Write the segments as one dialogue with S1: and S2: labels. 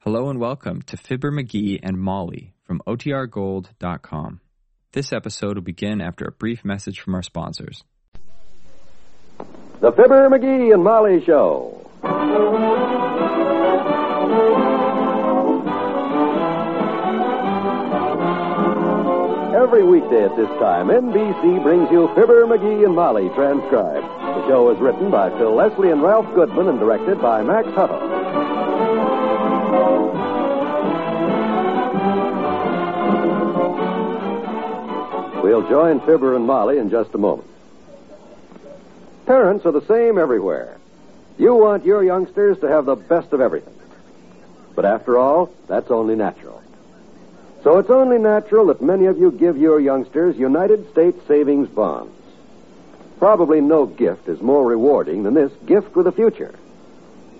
S1: Hello and welcome to Fibber McGee and Molly from OTRGold.com. This episode will begin after a brief message from our sponsors.
S2: The Fibber, McGee, and Molly Show. Every weekday at this time, NBC brings you Fibber, McGee, and Molly transcribed. The show is written by Phil Leslie and Ralph Goodman and directed by Max Hutto. We'll join Fibber and Molly in just a moment. Parents are the same everywhere. You want your youngsters to have the best of everything. But after all, that's only natural. So it's only natural that many of you give your youngsters United States savings bonds. Probably no gift is more rewarding than this gift with a future.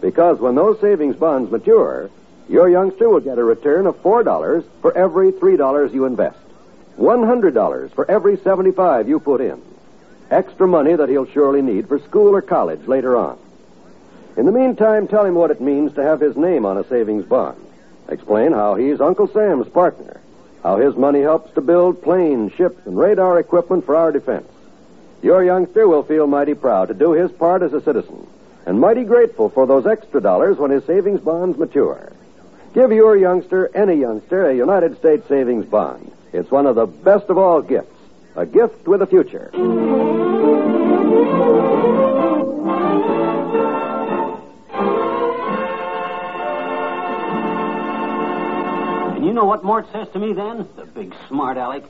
S2: Because when those savings bonds mature, your youngster will get a return of $4 for every $3 you invest, $100 for every 75 you put in extra money that he'll surely need for school or college later on. In the meantime, tell him what it means to have his name on a savings bond. Explain how he's Uncle Sam's partner, how his money helps to build planes, ships, and radar equipment for our defense. Your youngster will feel mighty proud to do his part as a citizen and mighty grateful for those extra dollars when his savings bonds mature. Give your youngster, any youngster, a United States savings bond. It's one of the best of all gifts, a gift with a future.
S3: And you know what Mort says to me then? The big smart aleck.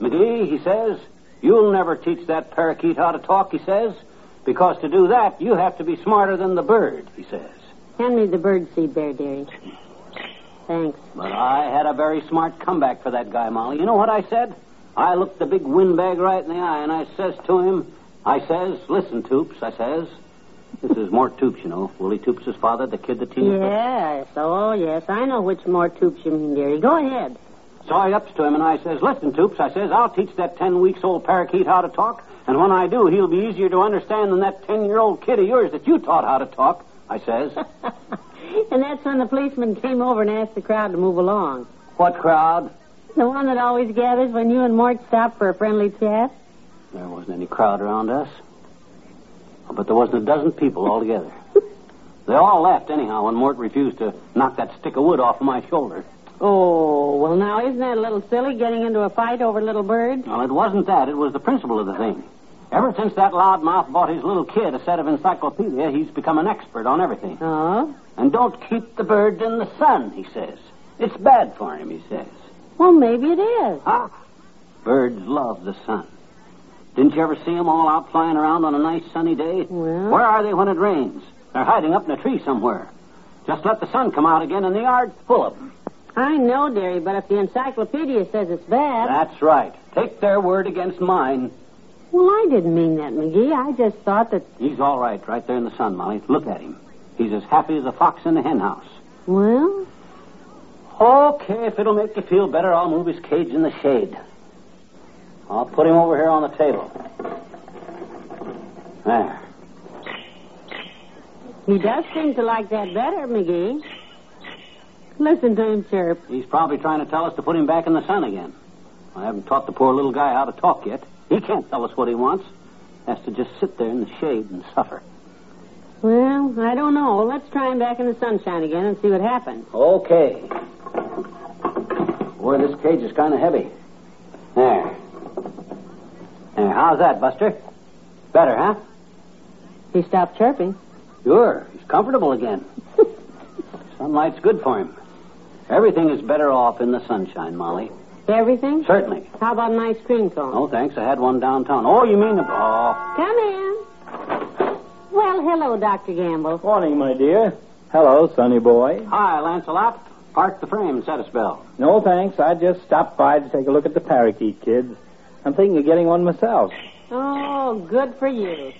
S3: McGee, he says, you'll never teach that parakeet how to talk, he says, because to do that, you have to be smarter than the bird, he says.
S4: Hand me the birdseed there, dearie. Thanks.
S3: But I had a very smart comeback for that guy, Molly. You know what I said? I looked the big windbag right in the eye, and I says to him, I says, listen, Toops, I says, this is Mort Toops, you know, Willie Toops' father, the kid that teased us.
S4: Yes, oh, yes. I know which more tubes you mean, dearie. Go ahead.
S3: So I ups to him and I says, Listen, Toops, I says, I'll teach that ten weeks old parakeet how to talk, and when I do, he'll be easier to understand than that ten year old kid of yours that you taught how to talk, I says.
S4: and that's when the policeman came over and asked the crowd to move along.
S3: what crowd?
S4: The one that always gathers when you and Mort stop for a friendly chat?
S3: There wasn't any crowd around us. Oh, But there wasn't a dozen people altogether. they all laughed anyhow when Mort refused to knock that stick of wood off my shoulder.
S4: Oh, well, now, isn't that a little silly getting into a fight over little birds?
S3: Well, it wasn't that. It was the principle of the thing. Ever since that loudmouth bought his little kid a set of encyclopedia, he's become an expert on everything.
S4: Oh?
S3: And don't keep the bird in the sun, he says. It's bad for him, he says.
S4: Well, maybe it is.
S3: Ah, birds love the sun. Didn't you ever see 'em all out flying around on a nice sunny day?
S4: Well-
S3: Where are they when it rains? They're hiding up in a tree somewhere. Just let the sun come out again, and the yard's full of 'em.
S4: I know, dearie, but if the encyclopedia says it's bad.
S3: That's right. Take their word against mine.
S4: Well, I didn't mean that, McGee. I just thought that.
S3: He's all right, right there in the sun, Molly. Look at him. He's as happy as a fox in a hen house.
S4: Well?
S3: Okay, if it'll make you feel better, I'll move his cage in the shade. I'll put him over here on the table. There.
S4: He does seem to like that better, McGee. Listen to him chirp.
S3: He's probably trying to tell us to put him back in the sun again. I haven't taught the poor little guy how to talk yet. He can't tell us what he wants. Has to just sit there in the shade and suffer.
S4: Well, I don't know. Let's try him back in the sunshine again and see what happens.
S3: Okay. Boy, this cage is kind of heavy. There. There. How's that, Buster? Better, huh?
S4: He stopped chirping.
S3: Sure. He's comfortable again. Sunlight's good for him. Everything is better off in the sunshine, Molly.
S4: Everything?
S3: Certainly.
S4: How about an ice cream cone?
S3: No, thanks. I had one downtown. Oh, you mean the. Oh.
S4: Come in. Well, hello, Dr. Gamble.
S5: Morning, my dear. Hello, sonny boy.
S3: Hi, Lancelot. Park the frame and set a spell.
S5: No thanks. I just stopped by to take a look at the parakeet kids. I'm thinking of getting one myself.
S4: Oh, good for you.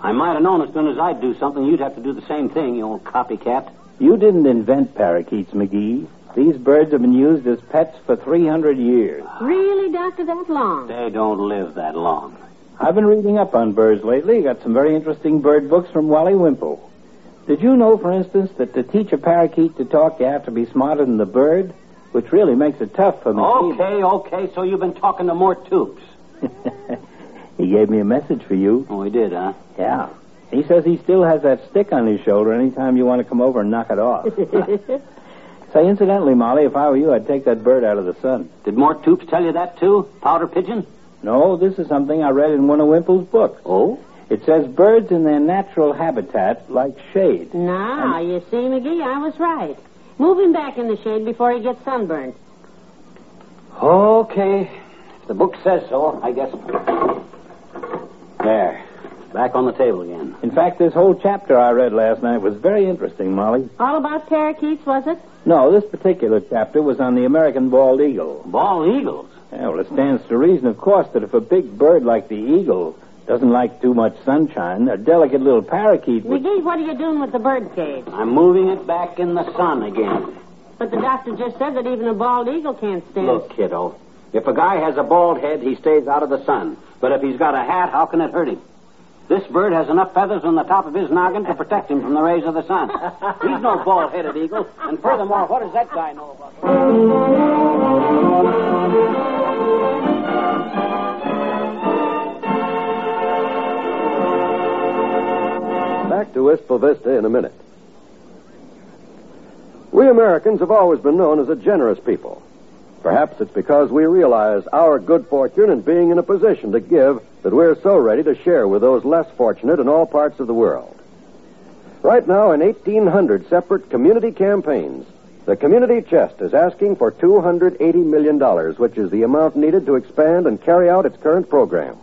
S3: I might have known as soon as I'd do something, you'd have to do the same thing, you old copycat.
S5: You didn't invent parakeets, McGee. These birds have been used as pets for 300 years.
S4: Really, Doctor, that long?
S3: They don't live that long.
S5: I've been reading up on birds lately. Got some very interesting bird books from Wally Wimple. Did you know, for instance, that to teach a parakeet to talk, you have to be smarter than the bird? Which really makes it tough for McGee.
S3: Okay, okay, so you've been talking to more tubes.
S5: he gave me a message for you.
S3: Oh, he did, huh?
S5: Yeah. He says he still has that stick on his shoulder anytime you want to come over and knock it off. Say, incidentally, Molly, if I were you, I'd take that bird out of the sun.
S3: Did more tubes tell you that, too? Powder pigeon?
S5: No, this is something I read in one of Wimple's books.
S3: Oh?
S5: It says birds in their natural habitat like shade.
S4: Now, you see, McGee, I was right. Move him back in the shade before he gets sunburned.
S3: Okay. If the book says so, I guess. There. Back on the table again.
S5: In fact, this whole chapter I read last night was very interesting, Molly.
S4: All about parakeets, was it?
S5: No, this particular chapter was on the American bald eagle.
S3: Bald eagles?
S5: Yeah, well, it stands to reason, of course, that if a big bird like the eagle doesn't like too much sunshine, a delicate little parakeet would.
S4: McGee, what are you doing with the bird cage?
S3: I'm moving it back in the sun again.
S4: But the doctor just said that even a bald eagle can't stand.
S3: Look, kiddo. If a guy has a bald head, he stays out of the sun. But if he's got a hat, how can it hurt him? This bird has enough feathers on the top of his noggin to protect him from the rays of the sun. He's no bald headed eagle. And furthermore, what does that guy know about
S2: Back to Wistful Vista in a minute. We Americans have always been known as a generous people. Perhaps it's because we realize our good fortune and being in a position to give that we're so ready to share with those less fortunate in all parts of the world. Right now, in 1,800 separate community campaigns, the community chest is asking for $280 million, which is the amount needed to expand and carry out its current program.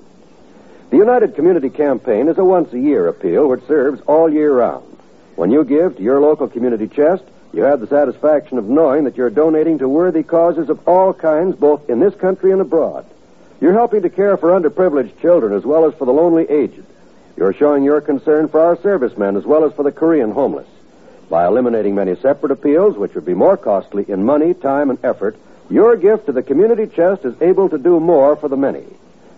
S2: The United Community Campaign is a once a year appeal which serves all year round. When you give to your local community chest, you have the satisfaction of knowing that you're donating to worthy causes of all kinds, both in this country and abroad. You're helping to care for underprivileged children as well as for the lonely aged. You're showing your concern for our servicemen as well as for the Korean homeless. By eliminating many separate appeals, which would be more costly in money, time, and effort, your gift to the community chest is able to do more for the many.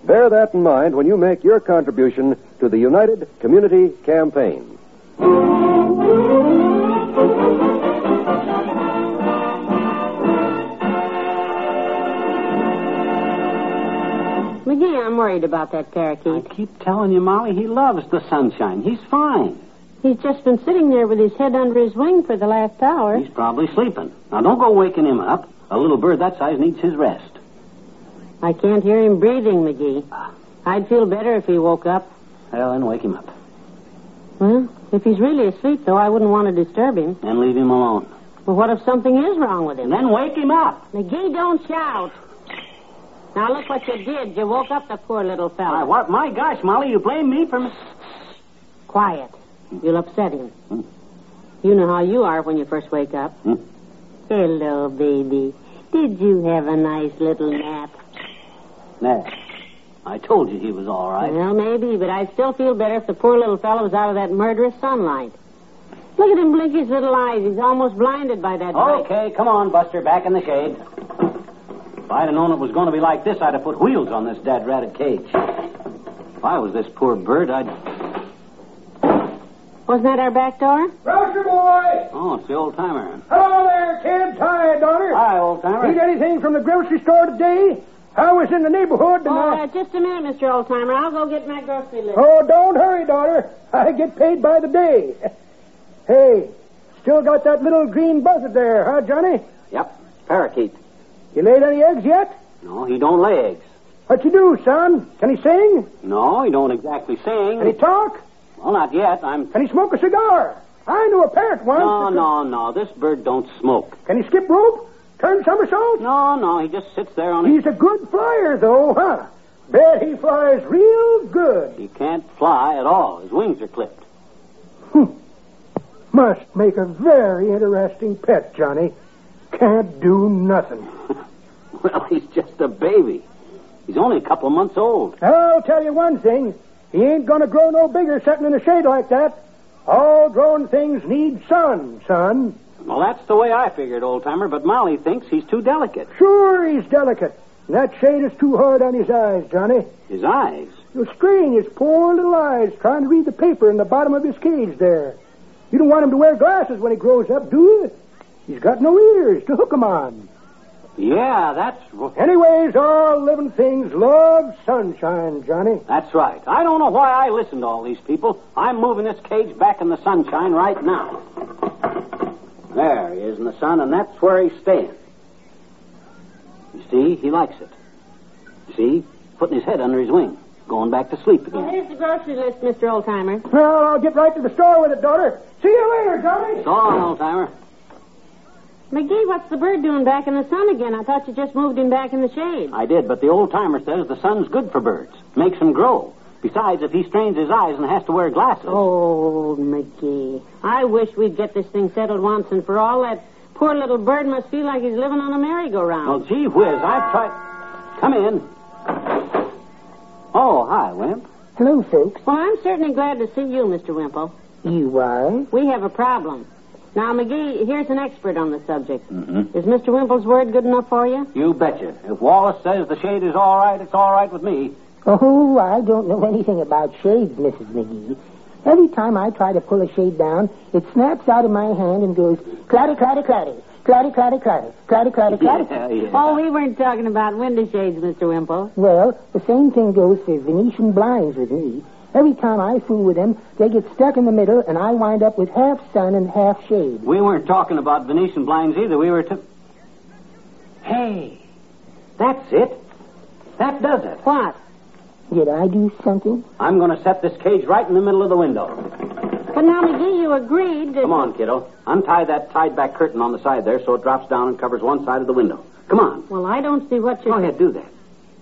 S2: Bear that in mind when you make your contribution to the United Community Campaign.
S4: McGee, I'm worried about that
S3: I
S4: parakeet.
S3: keep telling you, Molly, he loves the sunshine. He's fine.
S4: He's just been sitting there with his head under his wing for the last hour.
S3: He's probably sleeping. Now, don't go waking him up. A little bird that size needs his rest. Ah,
S4: I can't hear him breathing, McGee. I'd feel better if he woke up.
S3: Well, then wake him up
S4: Well, if he's really asleep, though, I wouldn't want to disturb him.
S3: and leave him alone.
S4: Well, what if something is wrong with him?
S3: And then wake him up.
S4: McGee, don't shout. Now look what you did. You woke up the poor little
S3: My,
S4: fellow.
S3: what? My gosh, Molly, you blame me for. mis-
S4: Quiet. You'll upset him.
S3: Hmm.
S4: You know how you are when you first wake up.
S3: Hmm.
S4: Hello, baby. Did you have a nice little nap?
S3: There. I told you he was all right.
S4: Well, maybe, but I'd still feel better if the poor little fellow was out of that murderous sunlight. Look at him blink his little eyes. He's almost blinded by that light.
S3: Okay, come on, Buster, back in the shade. If I'd have known it was going to be like this, I'd have put wheels on this dad ratted cage. If I was this poor bird, I'd.
S4: Wasn't that our back door?
S6: Roger boy!
S3: Oh, it's the old timer.
S6: Hello there, kids. Hi, daughter.
S3: Hi, old timer.
S6: Need anything from the grocery store today? I was in the neighborhood and
S4: Oh,
S6: I...
S4: uh, just a minute, Mr. Oldtimer. I'll go get my grocery list.
S6: Oh, don't hurry, daughter. I get paid by the day. Hey, still got that little green buzzard there, huh, Johnny?
S3: Yep, parakeet.
S6: You laid any eggs yet?
S3: No, he don't lay eggs.
S6: What you do, son? Can he sing?
S3: No, he don't exactly
S6: Can he
S3: sing.
S6: talk?
S3: Well, not yet. I'm.
S6: Can he smoke a cigar? I knew a parrot once.
S3: No,
S6: that-
S3: no, no. This bird don't smoke.
S6: Can he skip rope? Turn somersaults?
S3: No, no. He just sits there on his.
S6: He's a good flyer, though, huh? Bet he flies real good.
S3: He can't fly at all. His wings are clipped.
S6: Must make a very interesting pet, Johnny. Can't do nothing.
S3: Well, he's just a baby. He's only a couple of months old.
S6: I'll tell you one thing. He ain't gonna grow no bigger sitting in the shade like that. All grown things need sun, son.
S3: Well, that's the way I figured, old timer. But Molly thinks he's too delicate.
S6: Sure, he's delicate. And that shade is too hard on his eyes, Johnny.
S3: His eyes.
S6: You'll strain his poor little eyes trying to read the paper in the bottom of his cage there. You don't want him to wear glasses when he grows up, do you? He's got no ears to hook 'em on.
S3: Yeah, that's r-
S6: Anyways, all living things love sunshine, Johnny.
S3: that's right. I don't know why I listen to all these people. I'm moving this cage back in the sunshine right now. There he is in the sun, and that's where he's staying. You see, he likes it. You see, putting his head under his wing, going back to sleep
S4: Well,
S3: again.
S4: here's the grocery list, Mr. Oldtimer.
S6: Well, I'll get right to the store with it, daughter. See you later, Johnny.
S3: Go on, old timer.
S4: McGee, what's the bird doing back in the sun again? I thought you just moved him back in the shade.
S3: I did, but the old timer says the sun's good for birds. Makes them grow. Besides, if he strains his eyes and has to wear glasses.
S4: Oh, McGee. I wish we'd get this thing settled once and for all. That poor little bird must feel like he's living on a merry-go-round.
S3: Well, gee whiz, I've tried. Come in. Oh, hi, Wimp.
S7: Hello, folks.
S4: Well, I'm certainly glad to see you, Mr. Wimple.
S7: You are?
S4: We have a problem. Now, McGee, here's an expert on the subject. Is Mr. Wimple's word good enough for you?
S3: You betcha. If Wallace says the shade is all right, it's all right with me.
S7: Oh, I don't know anything about shades, Mrs. McGee. Every time I try to pull a shade down, it snaps out of my hand and goes clatter, clatter, clatter, clatter, clatter, clatter, clatter, clatter, clatter.
S3: yeah.
S4: Oh, we weren't talking about window shades, Mr. Wimple.
S7: Well, the same thing goes for Venetian blinds with me. Every time I fool with them, they get stuck in the middle, and I wind up with half sun and half shade.
S3: We weren't talking about Venetian blinds either. We were to. Hey, that's it. That does it.
S4: What?
S7: Did I do something?
S3: I'm going to set this cage right in the middle of the window.
S4: But now, McGee, you agreed that...
S3: Come on, kiddo. Untie that tied back curtain on the side there so it drops down and covers one side of the window. Come on.
S4: Well, I don't see what
S3: Go
S4: you're...
S3: ahead, do that.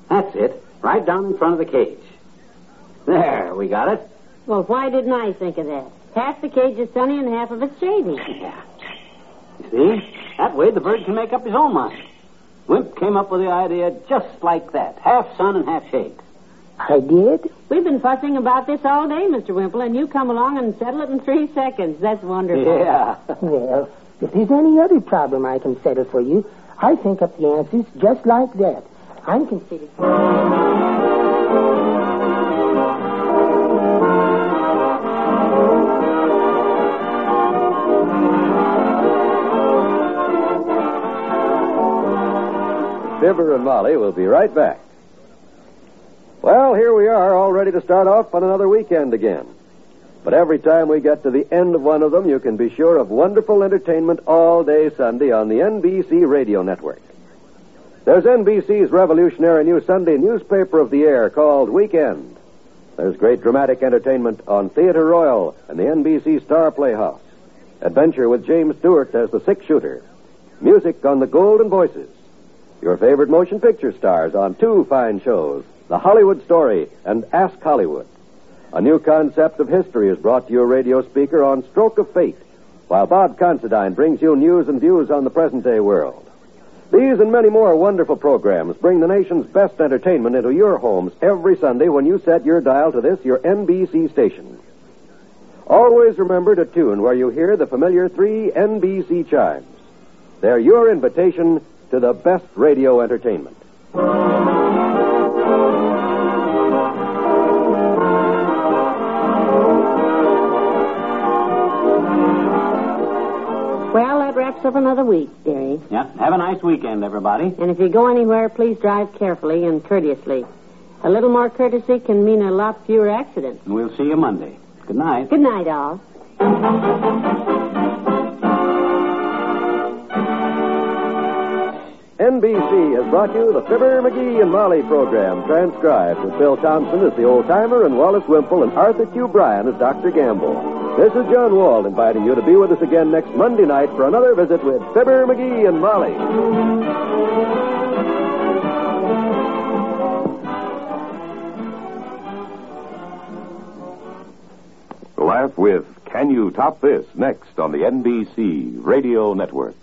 S3: That's it. Right down in front of the cage. There, we got it.
S4: Well, why didn't I think of that? Half the cage is sunny and half of it's shady.
S3: Yeah. You see? That way the bird can make up his own mind. Wimp came up with the idea just like that half sun and half shade.
S7: I did?
S4: We've been fussing about this all day, Mr. Wimple, and you come along and settle it in three seconds. That's wonderful.
S3: Yeah.
S7: Well, if there's any other problem I can settle for you, I think up the answers just like that. I'm considered.
S2: Fibber and Molly will be right back. Well, here we are, all ready to start off on another weekend again. But every time we get to the end of one of them, you can be sure of wonderful entertainment all day Sunday on the NBC radio network. There's NBC's revolutionary new Sunday newspaper of the air called Weekend. There's great dramatic entertainment on Theatre Royal and the NBC Star Playhouse. Adventure with James Stewart as the six shooter. Music on the Golden Voices. Your favorite motion picture stars on two fine shows, The Hollywood Story and Ask Hollywood. A new concept of history is brought to your radio speaker on Stroke of Fate, while Bob Considine brings you news and views on the present day world. These and many more wonderful programs bring the nation's best entertainment into your homes every Sunday when you set your dial to this, your NBC station. Always remember to tune where you hear the familiar three NBC chimes. They're your invitation to the best radio entertainment.
S4: Well, that wraps up another week, dearie.
S3: yeah. Have a nice weekend, everybody.
S4: And if you go anywhere, please drive carefully and courteously. A little more courtesy can mean a lot fewer accidents.
S3: And we'll see you Monday. Good night.
S4: Good night, all.
S2: NBC has brought you the Fibber, McGee, and Molly program, transcribed with Bill Thompson as the old timer and Wallace Wimple and Arthur Q. Bryan as Dr. Gamble. This is John Wall inviting you to be with us again next Monday night for another visit with Fibber, McGee, and Molly.
S8: Laugh with Can You Top This next on the NBC Radio Network.